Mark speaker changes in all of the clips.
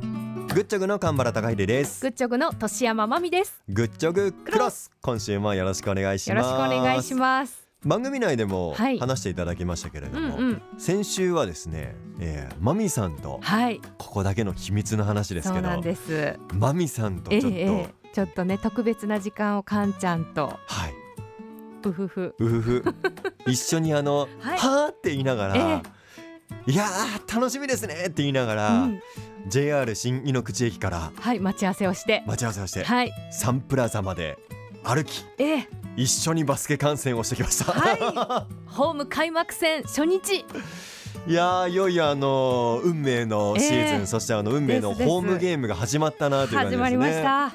Speaker 1: ッチョグの神原孝秀です
Speaker 2: グッチョグの年山まみです。
Speaker 1: グッチョグクロス今週もよろしくお願いし
Speaker 2: よ
Speaker 1: ま
Speaker 2: ろ
Speaker 1: す
Speaker 2: しくお願いします。
Speaker 1: 番組内でも
Speaker 2: はい
Speaker 1: 話していただきましたけれ
Speaker 2: う
Speaker 1: ど
Speaker 2: ん
Speaker 1: も、
Speaker 2: うん。
Speaker 1: 先週はですね、えー、マミさんと
Speaker 2: はい。
Speaker 1: ここだけの秘密の話です
Speaker 2: そう
Speaker 1: けど
Speaker 2: なんです。え
Speaker 1: マミさんとち
Speaker 2: え
Speaker 1: ょっと、
Speaker 2: ええちょっとね特別な時間をかんちゃんと
Speaker 1: はい
Speaker 2: ふふふ。
Speaker 1: うふ ふ一緒にあの「
Speaker 2: はい
Speaker 1: はーって言いながら「
Speaker 2: え
Speaker 1: いやー楽しみですね」って言いなが
Speaker 2: う
Speaker 1: ら、
Speaker 2: ん。
Speaker 1: JR 新井ノ口駅から
Speaker 2: はい待ち合わせをして。
Speaker 1: 待ち合わせをして、
Speaker 2: はい。
Speaker 1: サンプラザまで歩き
Speaker 2: ええ
Speaker 1: 一緒にバスケ観戦をしてきました、
Speaker 2: は ホーム開幕戦初日。
Speaker 1: いやーいよいよあのー運命のシーズン、
Speaker 2: ええ
Speaker 1: そしてあの運命の
Speaker 2: ですです
Speaker 1: ホームゲームが始まったなという感じで
Speaker 2: 始ますりまし
Speaker 1: ね
Speaker 2: た。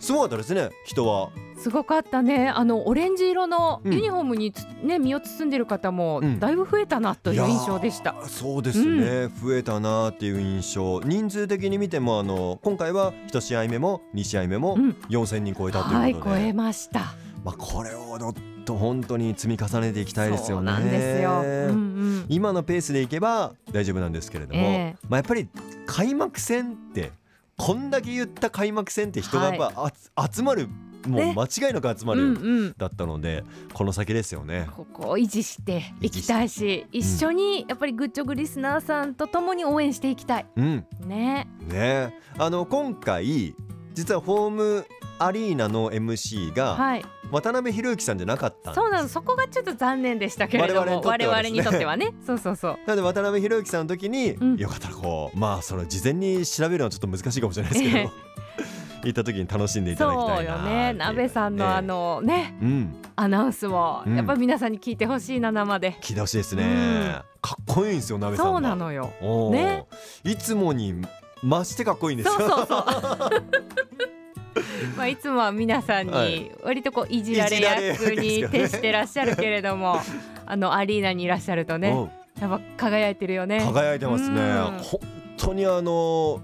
Speaker 1: すごかったですね人は
Speaker 2: すごかったね。あのオレンジ色の
Speaker 1: うん
Speaker 2: ユニフォームにつ、ね身を包んでる方も
Speaker 1: うん
Speaker 2: だいぶ増えたなという印象でし
Speaker 1: い
Speaker 2: た。
Speaker 1: やーそうですね、増えたなっていう印象人数的に見てもあの今回は1試合目も2試合目も
Speaker 2: うん
Speaker 1: 4000人超えたと
Speaker 2: は
Speaker 1: いう
Speaker 2: い
Speaker 1: こと
Speaker 2: 超
Speaker 1: で、
Speaker 2: えました。
Speaker 1: まあ、これをどっと本当に積み重ねていきたいですよね。
Speaker 2: そうなんですよ。うんうん。
Speaker 1: 今のペースでいけば大丈夫なんですけれども、
Speaker 2: ええ
Speaker 1: まあ、やっぱり開幕戦ってこんだけ言った開幕戦って人がやっぱ、あつ集まるもう
Speaker 2: ね
Speaker 1: 間違いなく集ま
Speaker 2: う
Speaker 1: る、
Speaker 2: んうん。
Speaker 1: だったのでこの先ですよね。
Speaker 2: ここを維持していきたいし一緒にやっぱりグッチョグリスナーさんと共に応援していきたい
Speaker 1: うん
Speaker 2: ね
Speaker 1: ねあの今回実はホームアリーナの MC が
Speaker 2: はい
Speaker 1: 渡辺裕之さんじゃなかったんです
Speaker 2: そうなのそこがちょっと残念でしたけれども
Speaker 1: 我
Speaker 2: 我
Speaker 1: 々
Speaker 2: 々
Speaker 1: に
Speaker 2: に
Speaker 1: と
Speaker 2: と
Speaker 1: っ
Speaker 2: ってて
Speaker 1: は
Speaker 2: はねそうそうそう
Speaker 1: なので渡辺裕之さんの時に、
Speaker 2: うん
Speaker 1: よかったらこうまあその事前に調べるのはちょっと難しいかもしれないですけ
Speaker 2: え
Speaker 1: ど行った時に楽しんでいただき
Speaker 2: そ
Speaker 1: た
Speaker 2: う
Speaker 1: いな
Speaker 2: よね鍋さんのあ、のね
Speaker 1: っていうねうん
Speaker 2: アナウンスを
Speaker 1: うん
Speaker 2: やっぱり皆さんに聞いてほしいな生で
Speaker 1: 聞いてほしいですね、
Speaker 2: うん
Speaker 1: かっこいいんですよ鍋さんが
Speaker 2: そうなのよ
Speaker 1: おー
Speaker 2: ね
Speaker 1: いつもに増してかっこいいんです
Speaker 2: そ
Speaker 1: よ
Speaker 2: うそうそうまあいつもは皆さん
Speaker 1: はい
Speaker 2: に割とこういじられ役
Speaker 1: いじ
Speaker 2: に
Speaker 1: られ役ですよね
Speaker 2: 徹してらっしゃるけれどもあのアリーナにいらっしゃるとねやっぱ輝いてるよね
Speaker 1: うん輝いてますね、
Speaker 2: うん
Speaker 1: 本当にあの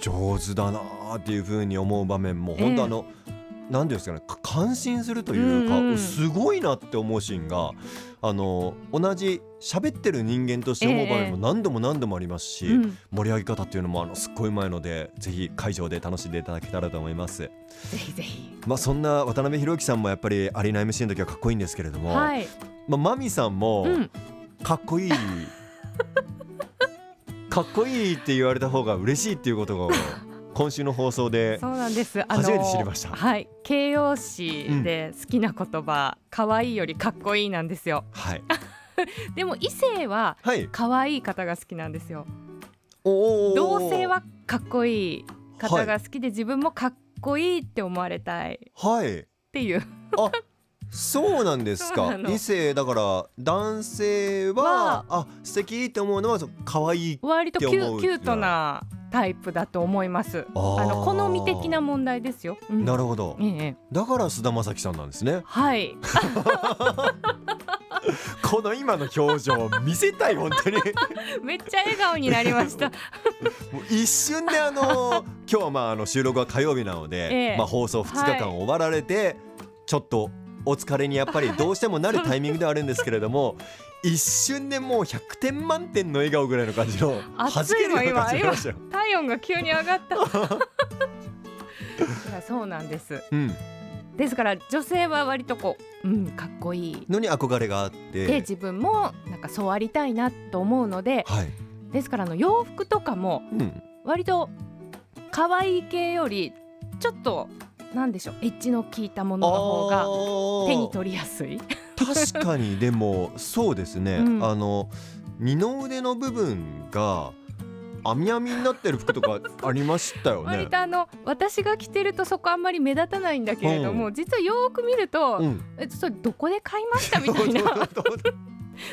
Speaker 1: 上手だなっていうふうに思う場面も本当あの、なんていうんですかねか感心するというか、
Speaker 2: うんうん
Speaker 1: すごいなって思うシーンがあの同じ喋ってる人間として思う場面も何度も何度もありますし、
Speaker 2: うん
Speaker 1: 盛り上げ方っていうのもあのすっごいうまいのでぜひ会場で楽しんでいただけたらと思います。
Speaker 2: ぜひぜひ。
Speaker 1: まあ、そんな渡辺裕之さんもやっぱりアリーナ MC の時はかっこいいんですけれども、
Speaker 2: はい。
Speaker 1: まあ、マミさんも
Speaker 2: うん。
Speaker 1: かっこ いい、かっこいいって言われた方が嬉しいっていうことが今週の放送で
Speaker 2: そうなんです。
Speaker 1: 初めて知りました
Speaker 2: はい。形容詞で好きな言葉、可愛いよりかっこいいなんですよ。
Speaker 1: はい、
Speaker 2: でも異性は
Speaker 1: はい、
Speaker 2: 可愛い方が好きなんですよ。
Speaker 1: おー
Speaker 2: 同性はかっこいい方が好きで、自分もかっこいいって思われたいっ
Speaker 1: はい
Speaker 2: ていう。
Speaker 1: あそうなんです
Speaker 2: そう
Speaker 1: か
Speaker 2: なの
Speaker 1: 異性だから男性は
Speaker 2: は
Speaker 1: あ素敵って思うのはそう可愛い
Speaker 2: 割とキュ
Speaker 1: って思う
Speaker 2: キュートなタイプだと思います。
Speaker 1: あー
Speaker 2: あの好み的な問題ですよ。うん
Speaker 1: なるほど
Speaker 2: ええ
Speaker 1: だから菅田将暉さんなんですね
Speaker 2: はい。
Speaker 1: この今の表情見せたい本当に
Speaker 2: めっちゃ笑顔になりました。
Speaker 1: もう一瞬であ の今日はまああの収録は火曜日なので、
Speaker 2: ええ
Speaker 1: まあ放送2日間終わられて、ちょっとお疲れにやっぱりどうしてもなるタイミングではあるんですけれども 一瞬でもう100点満点の笑顔ぐらいの感じの弾
Speaker 2: 熱
Speaker 1: け
Speaker 2: い
Speaker 1: るよ
Speaker 2: もん
Speaker 1: うな感じになりましたよ。
Speaker 2: 体温が急に上がった。 いやそうなんです。
Speaker 1: うん、
Speaker 2: ですから女性は割とこう、うん、かっこいい。
Speaker 1: のに憧れがあって、
Speaker 2: で自分もなんかそうありたいなと思うので
Speaker 1: はい、
Speaker 2: ですからあの洋服とかも
Speaker 1: うん、
Speaker 2: 割と可愛い系よりちょっとなんでしょうエッジの効いたものの方が
Speaker 1: あー
Speaker 2: 手に取りやすい。
Speaker 1: 確かにでもそうですね、
Speaker 2: うん
Speaker 1: あの二の腕の部分が網みになってる服とかありましたよね
Speaker 2: 割。とあの私が着てるとそこあんまり目立たないんだけれども、
Speaker 1: う
Speaker 2: 実はよーく見ると、
Speaker 1: うん
Speaker 2: えそれどこで買いましたみたいな。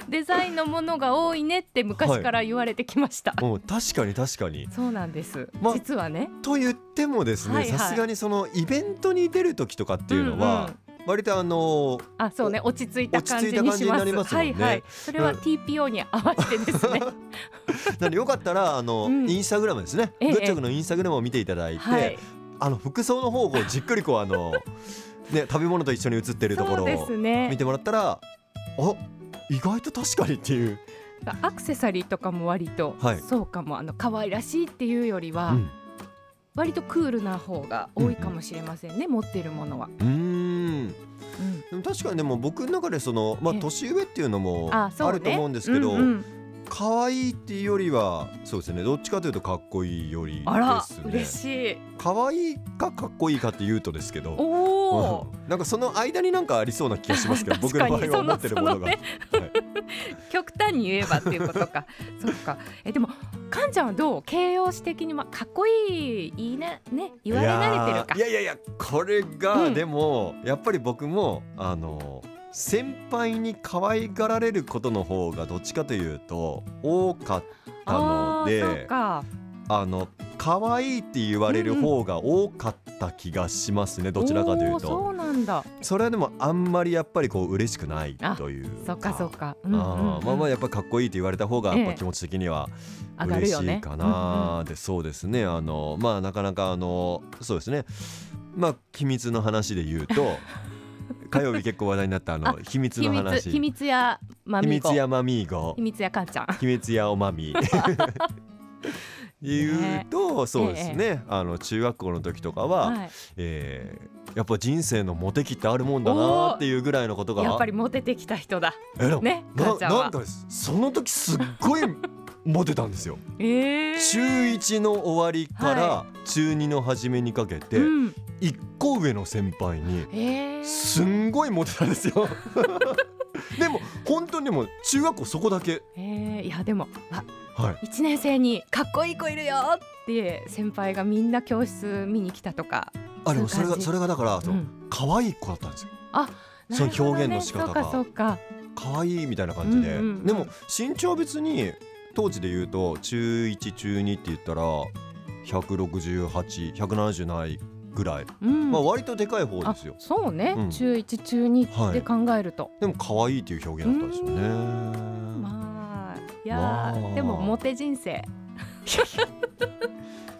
Speaker 2: デザインのものが多いねって昔から言われてきました。
Speaker 1: うん、確かに確かに。
Speaker 2: そうなんです、
Speaker 1: ま
Speaker 2: 実はね
Speaker 1: と言ってもです
Speaker 2: は
Speaker 1: ね
Speaker 2: いはい
Speaker 1: さすがにそのイベントに出る時とかっていうのは、
Speaker 2: んん
Speaker 1: 割とあの
Speaker 2: あそうね落ち着いた感じに
Speaker 1: 落ち着い
Speaker 2: した
Speaker 1: 感
Speaker 2: ます
Speaker 1: じになりますもん
Speaker 2: は
Speaker 1: ね
Speaker 2: いはいそれ
Speaker 1: う
Speaker 2: は
Speaker 1: ん
Speaker 2: TPO に合わせてです ね
Speaker 1: なんでよかったらあの、
Speaker 2: うん
Speaker 1: インスタグラムですね、
Speaker 2: ええ
Speaker 1: グッチョブのインスタグラムを見ていただいて、
Speaker 2: はい
Speaker 1: あの服装の方をじっくりこうあ のね食べ物と一緒に写ってるとこ
Speaker 2: そ
Speaker 1: ろ
Speaker 2: うです
Speaker 1: を見
Speaker 2: ね
Speaker 1: てもらったら、あ意外と確かにっていう、
Speaker 2: アクセサリーとかも割と、
Speaker 1: はい
Speaker 2: そうかもあの可愛らしいっていうよりは、
Speaker 1: うん
Speaker 2: 割とクールな方が多いかもしれませんね、持ってるものは。
Speaker 1: うーん
Speaker 2: うん
Speaker 1: でも確かにでも僕の中でその、まあ、
Speaker 2: ええ
Speaker 1: 年上っていうのもあ
Speaker 2: あそうね
Speaker 1: ると思うんですけど、
Speaker 2: うんうん
Speaker 1: 可愛いっていうよりはそうですねどっちかというとかっこいいより
Speaker 2: あら、
Speaker 1: で
Speaker 2: 嬉
Speaker 1: すね
Speaker 2: しい。
Speaker 1: 可愛いかかっこいいかっていうとですけど
Speaker 2: おお。
Speaker 1: うんなんかその間になんかありそうな気がしますけ ど僕
Speaker 2: 確
Speaker 1: の
Speaker 2: かに
Speaker 1: 場合は思ってるものが
Speaker 2: その極端に言えばっていうこと かそっかえでもかんちゃんはどう形容詞的に、まあ、かっこいいいいなね言われ慣れてるか
Speaker 1: いやいやいやこれが、
Speaker 2: うん
Speaker 1: でもやっぱり僕もあの先輩に可愛がられることの方がどっちかというと多かったの
Speaker 2: あー
Speaker 1: で
Speaker 2: そうか
Speaker 1: あの可愛いって言われる方が多かった気がしますね、どちらかという
Speaker 2: おーそ
Speaker 1: と
Speaker 2: うなんだ
Speaker 1: それはでもあんまりやっぱりこう嬉しくないという
Speaker 2: そっかそっか、うんうんうん
Speaker 1: あーまあまあやっぱかっこいいって言われた方がやっぱ気持ち的には
Speaker 2: 上がる
Speaker 1: 嬉し
Speaker 2: よね
Speaker 1: いか
Speaker 2: うんうん
Speaker 1: なでそうですねあのまあなかなかあのそうですねまあ秘密の話で言うと 火曜日結構話題になったあの
Speaker 2: あ
Speaker 1: 秘密
Speaker 2: 秘
Speaker 1: の
Speaker 2: 密
Speaker 1: 話
Speaker 2: 秘密やま
Speaker 1: 秘
Speaker 2: み
Speaker 1: 密
Speaker 2: ご
Speaker 1: やまみーご
Speaker 2: 秘密やかんちゃん
Speaker 1: 秘密やおまみ 言うと、そうですね、あの中学校の時とかは、
Speaker 2: はい
Speaker 1: えーやっぱ人生のモテ期ってあるもんだなっていうぐらいのことが
Speaker 2: やっぱりモテてきた人だ
Speaker 1: えでも
Speaker 2: ねか
Speaker 1: なん
Speaker 2: ちゃんは
Speaker 1: なんかですその時すっ ごいモテたんですよ
Speaker 2: えー、
Speaker 1: 中1の終わりから
Speaker 2: は
Speaker 1: 中2の初めにかけて
Speaker 2: うん
Speaker 1: 1個上の先輩に
Speaker 2: えー、
Speaker 1: すんごいモテたんです よでも本当にもう中学校そこだけ
Speaker 2: えー、いやでもあ
Speaker 1: はい
Speaker 2: 一年生にかっこいい子いるよって先輩がみんな教室見に来たとか
Speaker 1: あでもそれ
Speaker 2: そ
Speaker 1: が
Speaker 2: ういう感じ
Speaker 1: それがだからそううん可愛い子だったんですよその
Speaker 2: なるほどね
Speaker 1: 表現の仕方が
Speaker 2: そうかそうか
Speaker 1: 可愛いみたいな感じで、
Speaker 2: うんうんうん
Speaker 1: でも身長別に当時で言うと中1中2って言ったら168170ないぐらい、
Speaker 2: うん、
Speaker 1: まあ割とでかい方ですよ
Speaker 2: そうね、
Speaker 1: うん
Speaker 2: 中1中2って考えると、
Speaker 1: でも可愛いっていう表現だったんですよね、
Speaker 2: まあいやー、
Speaker 1: まあ
Speaker 2: でもモテ人生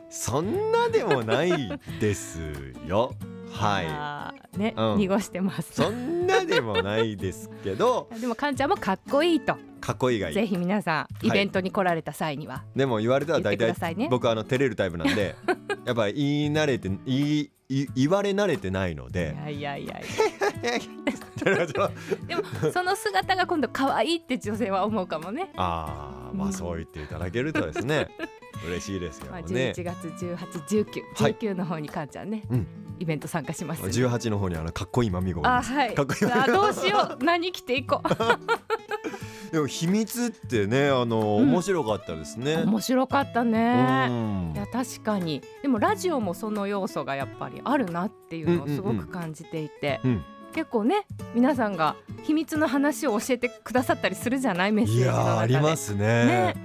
Speaker 1: そんなでもないです よは
Speaker 2: あーね、
Speaker 1: うん
Speaker 2: 濁してま
Speaker 1: い
Speaker 2: す
Speaker 1: そんなでもないですけど
Speaker 2: でもかんちゃんもかっこいいと、
Speaker 1: かっこいいがいい
Speaker 2: ぜひ皆さんイベントに来られた際には
Speaker 1: でも言われた
Speaker 2: 言
Speaker 1: ら
Speaker 2: っ
Speaker 1: 大
Speaker 2: てくだ
Speaker 1: 体
Speaker 2: さいね、
Speaker 1: 僕あの照れるタイプなんでやっぱ言い慣れて言い言言われ慣れてないので
Speaker 2: いやいやいやい
Speaker 1: あ
Speaker 2: やでもその姿が今度可愛いって女性は思うかもね
Speaker 1: あーまあそう言っていただけるとです ね嬉しいですけど
Speaker 2: まあ、
Speaker 1: もね
Speaker 2: 11月1819、
Speaker 1: はい
Speaker 2: 19の方にかんちゃんね、
Speaker 1: うん
Speaker 2: イベント参加しますんで
Speaker 1: 18の方にあのかっこいいまみごが
Speaker 2: あ
Speaker 1: いま
Speaker 2: はい
Speaker 1: かっこいい
Speaker 2: さあどうしよう何着ていこう
Speaker 1: すでも秘密ってねあの
Speaker 2: うん
Speaker 1: 面白かったですね、
Speaker 2: 面白かった
Speaker 1: う
Speaker 2: ね
Speaker 1: ん
Speaker 2: いや確かにでもラジオもその要素がやっぱりあるなっていうのをすごく感じていて、
Speaker 1: うんうんうん
Speaker 2: 結構ね皆さんが秘密の話を教えてくださったりするじゃないメッセー
Speaker 1: い
Speaker 2: ジの
Speaker 1: やー
Speaker 2: 中
Speaker 1: あ
Speaker 2: で
Speaker 1: りますね
Speaker 2: ね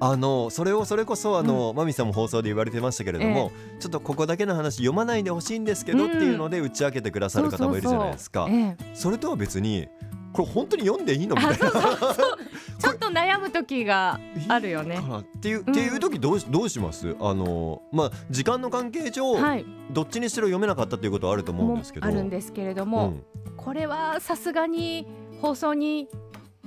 Speaker 1: あのそれをそれこそあの、マミさんも放送で言われてましたけれども、ちょっとここだけの話読まないでほしいんですけど、
Speaker 2: う
Speaker 1: っ
Speaker 2: ん
Speaker 1: ていうので打ち明けてくださる方もいるじゃないですかそ
Speaker 2: ええ
Speaker 1: れとは別にこれ本当に読んでいいのみたいな
Speaker 2: ちょっと悩む時があるよね
Speaker 1: いいかなっていうっ
Speaker 2: う
Speaker 1: て
Speaker 2: ん
Speaker 1: いう時どうしどうしますあのまあ時間の関係上、
Speaker 2: はい
Speaker 1: どっちにしろ読めなかったっていうことはあると思うん
Speaker 2: も
Speaker 1: ですけど
Speaker 2: あるんですけれど
Speaker 1: う
Speaker 2: も、
Speaker 1: ん
Speaker 2: これはさすがに放送に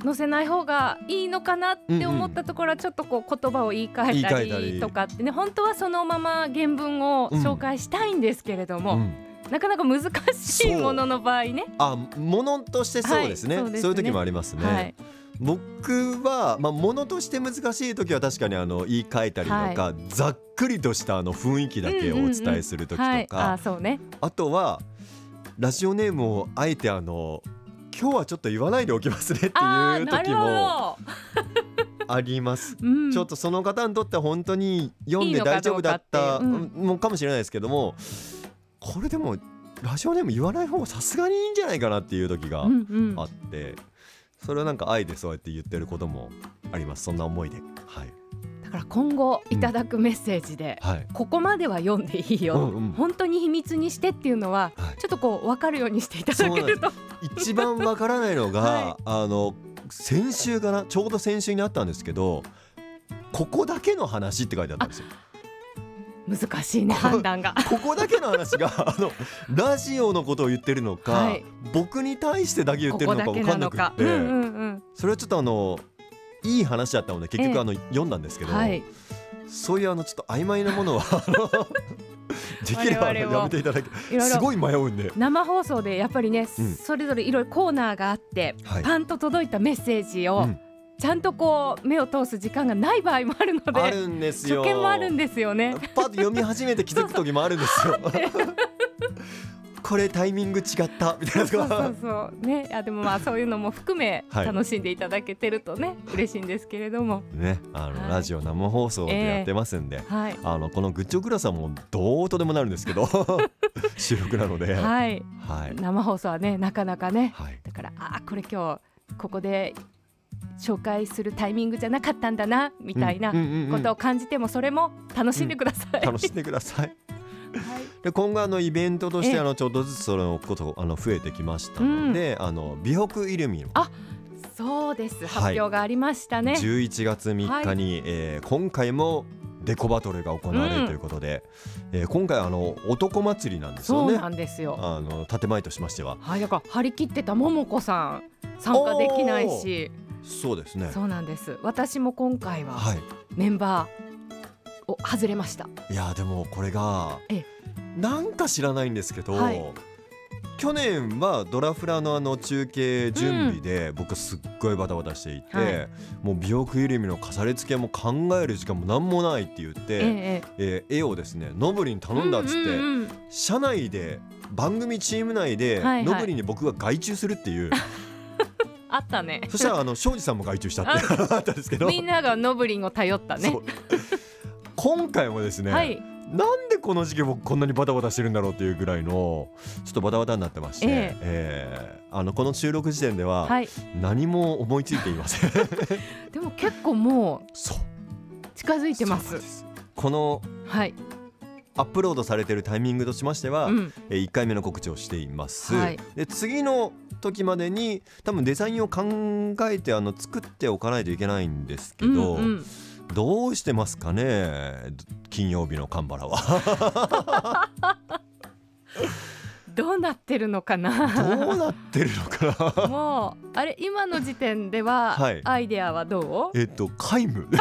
Speaker 2: 載せない方がいいのかなって思ったところはちょっとこう言葉を言い換えた
Speaker 1: 言い換えたり
Speaker 2: りとかってね本当はそのまま原文を紹介したいんですけれど
Speaker 1: う
Speaker 2: も、
Speaker 1: ん
Speaker 2: なかなか難しい
Speaker 1: そう
Speaker 2: ものの場合ね。
Speaker 1: あものとしてそうですね,、
Speaker 2: はい
Speaker 1: そう
Speaker 2: そ
Speaker 1: う
Speaker 2: ですね
Speaker 1: いう時もありますね、
Speaker 2: はい、
Speaker 1: 僕は、まあ、ものとして難しい時は確かにあの言い換えたりとか、ざっくりとしたあの雰囲気だけをお伝えする時とか、
Speaker 2: はい、あそうね
Speaker 1: あとはラジオネームをあえてあの今日はちょっと言わないでおきますねって
Speaker 2: あ
Speaker 1: いう
Speaker 2: ーな
Speaker 1: 時
Speaker 2: る
Speaker 1: も
Speaker 2: ほ
Speaker 1: あります。
Speaker 2: ど、うん、
Speaker 1: ちょっとその方にとっては本当に読ん
Speaker 2: いい
Speaker 1: で
Speaker 2: のか
Speaker 1: 大丈夫だった
Speaker 2: どうかって
Speaker 1: うんもかもしれないですけどもこれでもラジオネーム言わない方がさすがにいいんじゃないかなっていう時が
Speaker 2: うんうん
Speaker 1: あってそれはなんか愛でそうやって言ってることもありますそんな思いではい
Speaker 2: だから今後いただくメッセージで、
Speaker 1: はい
Speaker 2: ここまでは読んでいいよ、
Speaker 1: うんうん
Speaker 2: 本当に秘密にしてっていうのは
Speaker 1: はい
Speaker 2: ちょっとこう分かるようにしていただけると
Speaker 1: 一番わからないのが、
Speaker 2: は
Speaker 1: あの先週かなちょうど先週にあったんですけどここだけの話って書いてあったんですよ
Speaker 2: 難しいね判断が。
Speaker 1: ここだけの話 があのラジオのことを言ってるのか、
Speaker 2: はい
Speaker 1: 僕に対してだけ 言ってるのか
Speaker 2: ここだけ
Speaker 1: 分か
Speaker 2: なん
Speaker 1: な
Speaker 2: の
Speaker 1: くっ
Speaker 2: か。
Speaker 1: て
Speaker 2: うんうん
Speaker 1: それはちょっとあのいい話だったので結
Speaker 2: ええ
Speaker 1: 局あの、読んだんです
Speaker 2: う
Speaker 1: け
Speaker 2: ん。
Speaker 1: ど、
Speaker 2: はい。
Speaker 1: そういうあのちょっと曖昧なものはあのできればあの
Speaker 2: 我々を
Speaker 1: やめていただき
Speaker 2: いろい
Speaker 1: す
Speaker 2: ろ
Speaker 1: ごい迷うんで
Speaker 2: 生放送でやっぱりね、
Speaker 1: うん
Speaker 2: それぞれいろいろコーナーがあって、
Speaker 1: はい
Speaker 2: パンと届いたメッセージ
Speaker 1: う
Speaker 2: を
Speaker 1: ん
Speaker 2: ちゃんとこう目を通す時間がない場合もあるので、
Speaker 1: あるんです
Speaker 2: 初
Speaker 1: よ
Speaker 2: 見もあるんです よね。
Speaker 1: パッと読み始めて気づく時もあるんですよこれタイミング違ったみたいな
Speaker 2: そう
Speaker 1: の
Speaker 2: そ
Speaker 1: が
Speaker 2: うそうね、あでもまあそういうのも含め
Speaker 1: はい
Speaker 2: 楽しんでいただけてるとね、嬉しいんですけれども、
Speaker 1: ねあの、
Speaker 2: はい
Speaker 1: ラジオ生放送でやってますんで、
Speaker 2: はい、
Speaker 1: あのこのグッチョグラさんもどうとでもなるんです けど収録なのではい、
Speaker 2: はい、
Speaker 1: はい
Speaker 2: 生放送はねなかなかね、だからあーこれ今日ここで紹介するタイミングじゃなかったんだなみたいな
Speaker 1: うんうんうんうん
Speaker 2: ことを感じてもそれも楽しんでください。
Speaker 1: 楽しんでください。
Speaker 2: はい
Speaker 1: で今後あのイベントとし
Speaker 2: ええ
Speaker 1: てあのちょっとずつそのことあの増えてきましたので、あの美北イルミの
Speaker 2: あそうです発
Speaker 1: はい
Speaker 2: 表がありましたね。
Speaker 1: 11月3日に、えー今回もデコバトルが行われ
Speaker 2: うん
Speaker 1: るということで、えー今回あの男祭りなんですよ
Speaker 2: そう
Speaker 1: ね
Speaker 2: な。んですよ。
Speaker 1: あの建前としましては
Speaker 2: はい、だから張り切ってたももこさん参加できないし、
Speaker 1: そうですね。
Speaker 2: そうなんです。私も今回は
Speaker 1: はい。
Speaker 2: メンバーを外れました。
Speaker 1: いやでもこれが
Speaker 2: え
Speaker 1: なんか知らないんですけど、
Speaker 2: はい
Speaker 1: 去年はドラフラのあの中継準備で僕すっごいバタバタしていて、
Speaker 2: はい
Speaker 1: もう美容クイルミの重ね付けも考える時間もなんもないって言って、
Speaker 2: ええ
Speaker 1: えー絵をですねノブリに頼んだっつって、
Speaker 2: うんうんうん
Speaker 1: 社内で番組チーム内で
Speaker 2: はいはい
Speaker 1: ノブリに僕が外注するっていう、
Speaker 2: あったね。
Speaker 1: そしたらあの庄司さんも外注したってあったんですけど。
Speaker 2: みんながノブリンを頼ったね
Speaker 1: そ。う今回もですね、
Speaker 2: はい、
Speaker 1: なんでこの時期僕こんなにバタバタしてるんだろうっていうぐらいのちょっとバタバタになってまして、
Speaker 2: え
Speaker 1: え
Speaker 2: え
Speaker 1: えあのこの収録時点では
Speaker 2: はい。
Speaker 1: 何も思いついていま せん。
Speaker 2: でも結構も
Speaker 1: そう
Speaker 2: う近づいてます。
Speaker 1: そうなんですこの
Speaker 2: はい。
Speaker 1: アップロードされてるタイミングとしましては、
Speaker 2: うん。
Speaker 1: え1回目の告知をしています、
Speaker 2: はい
Speaker 1: で次の時までに多分デザインを考えてあの作っておかないといけないんですけど、
Speaker 2: うんうん、
Speaker 1: どうしてますかね 金曜日のカンバラ は
Speaker 2: どうなってるのか
Speaker 1: ど
Speaker 2: な。
Speaker 1: うなってるのかな
Speaker 2: もうあれ今の時点では、
Speaker 1: はい
Speaker 2: アイデアはどう？
Speaker 1: えっと皆無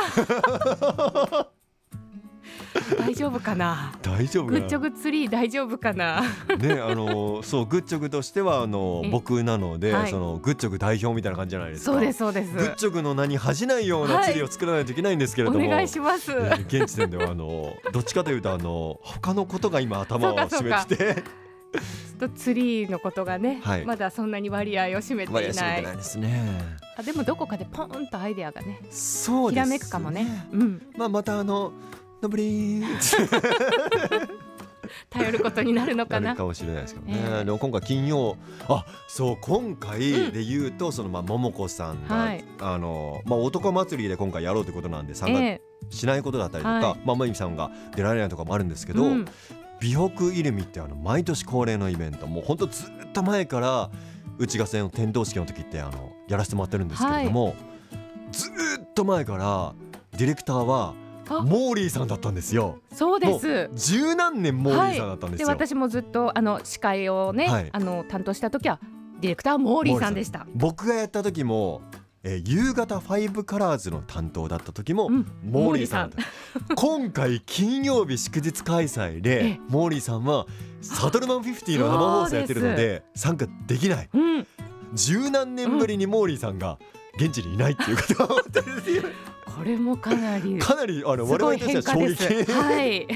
Speaker 2: 大丈夫かな。
Speaker 1: 大丈夫か
Speaker 2: グッチョ
Speaker 1: な
Speaker 2: グツリー大丈夫かな。
Speaker 1: ねあのそうグッチョグとしてはあの
Speaker 2: え
Speaker 1: 僕なので、
Speaker 2: はい
Speaker 1: そのグッチョグ代表みたいな感じじゃないですか
Speaker 2: そうですそうで
Speaker 1: グッ
Speaker 2: す。
Speaker 1: チョグの名に恥じないような地理を作らないといけないんですけれ
Speaker 2: お
Speaker 1: ども、
Speaker 2: 願いします。
Speaker 1: えー現時点ではあのどっちかというとあの他のことが今頭を
Speaker 2: そう
Speaker 1: 占
Speaker 2: か
Speaker 1: めて て
Speaker 2: ちょっとツリーのことがね、
Speaker 1: はい
Speaker 2: まだそんなに割合を占めてい
Speaker 1: 割合
Speaker 2: な
Speaker 1: 占め
Speaker 2: い。
Speaker 1: てないですね
Speaker 2: あでもどこかでポンとアイデアがね、
Speaker 1: そう
Speaker 2: ひ
Speaker 1: です
Speaker 2: らめくかもね。うん、
Speaker 1: まあまたあののぶりーって
Speaker 2: 頼ることになるのか
Speaker 1: な
Speaker 2: な。
Speaker 1: るかもしれないですけどね、
Speaker 2: ええ
Speaker 1: でも今回金曜あそう今回で言うと、そのまあ桃子さんが、
Speaker 2: はい
Speaker 1: あのまあ男祭りで今回やろうということなんで参加
Speaker 2: え
Speaker 1: しないことだったりとか、
Speaker 2: はい
Speaker 1: まあ、まゆみさんが出られないとかもあるんです
Speaker 2: え
Speaker 1: けど、
Speaker 2: うん
Speaker 1: 美北イルミってあの毎年恒例のイベントもうほんとずっと前から内賀線の点灯式の時ってあのやらせてもらってるんですけれども、ずっと前からディレクターは
Speaker 2: あ
Speaker 1: モーリーさんだったんですよ
Speaker 2: そうです。
Speaker 1: 十何年モーリーさんだったんです
Speaker 2: で
Speaker 1: よ、
Speaker 2: 私もずっとあの司会をね、
Speaker 1: はい
Speaker 2: あの担当した時はディレクターはモーリーさんでした。
Speaker 1: 僕がやった時も、えー夕方ファイブカラーズの担当だった時も、
Speaker 2: うん
Speaker 1: モーリーさんだった今回金曜日祝日開催で、
Speaker 2: ええ
Speaker 1: モーリーさんはサトルマン50の生放送やってるの
Speaker 2: そう
Speaker 1: で参加できない
Speaker 2: うん、
Speaker 1: 十何年ぶりにモーリーさんが現地にいないっていうことが
Speaker 2: これもかなり
Speaker 1: かなりあの
Speaker 2: す
Speaker 1: 我
Speaker 2: ごい
Speaker 1: 々としては
Speaker 2: 変化
Speaker 1: 衝
Speaker 2: で
Speaker 1: 撃
Speaker 2: す。はい。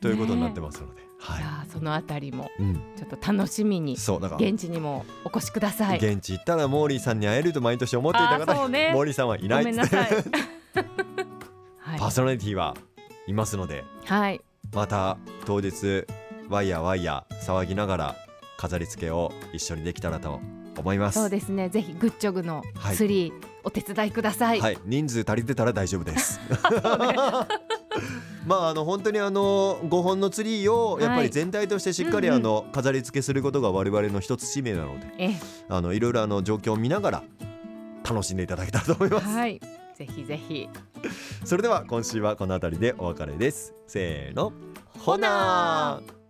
Speaker 1: ということになってますので、はい
Speaker 2: じゃあそのあたりも
Speaker 1: うん、
Speaker 2: ちょっと楽しみに
Speaker 1: そうだから
Speaker 2: 現地にもお越しください。
Speaker 1: 現地行ったらモーリーさんに会えると毎年思っていた
Speaker 2: あーそ
Speaker 1: 方、
Speaker 2: うね
Speaker 1: モーリーさんはいな
Speaker 2: ご
Speaker 1: い
Speaker 2: め
Speaker 1: っ
Speaker 2: ん
Speaker 1: つ
Speaker 2: な
Speaker 1: って
Speaker 2: さい。はい
Speaker 1: パーソナリティはいますので
Speaker 2: はい
Speaker 1: また当日ワイヤーワイヤー騒ぎながら飾り付けを一緒にできたらと思います
Speaker 2: そうですねぜひグッチョグの
Speaker 1: はい
Speaker 2: ツリーお手伝いください、
Speaker 1: はい、人数足りてたら大丈夫 です。まああの本当にあの5本のツリーをやっぱ
Speaker 2: はい
Speaker 1: り全体としてしっかり
Speaker 2: うんう
Speaker 1: あ
Speaker 2: ん
Speaker 1: の飾り付けすることが我々の一つ使命なので、
Speaker 2: え
Speaker 1: あのいろいろあの状況を見ながら楽しんでいただけたらと思い
Speaker 2: え
Speaker 1: ます。
Speaker 2: はいぜひぜひ
Speaker 1: それでは今週はこのあたりでお別れです。せーの、
Speaker 2: ほなー
Speaker 1: ー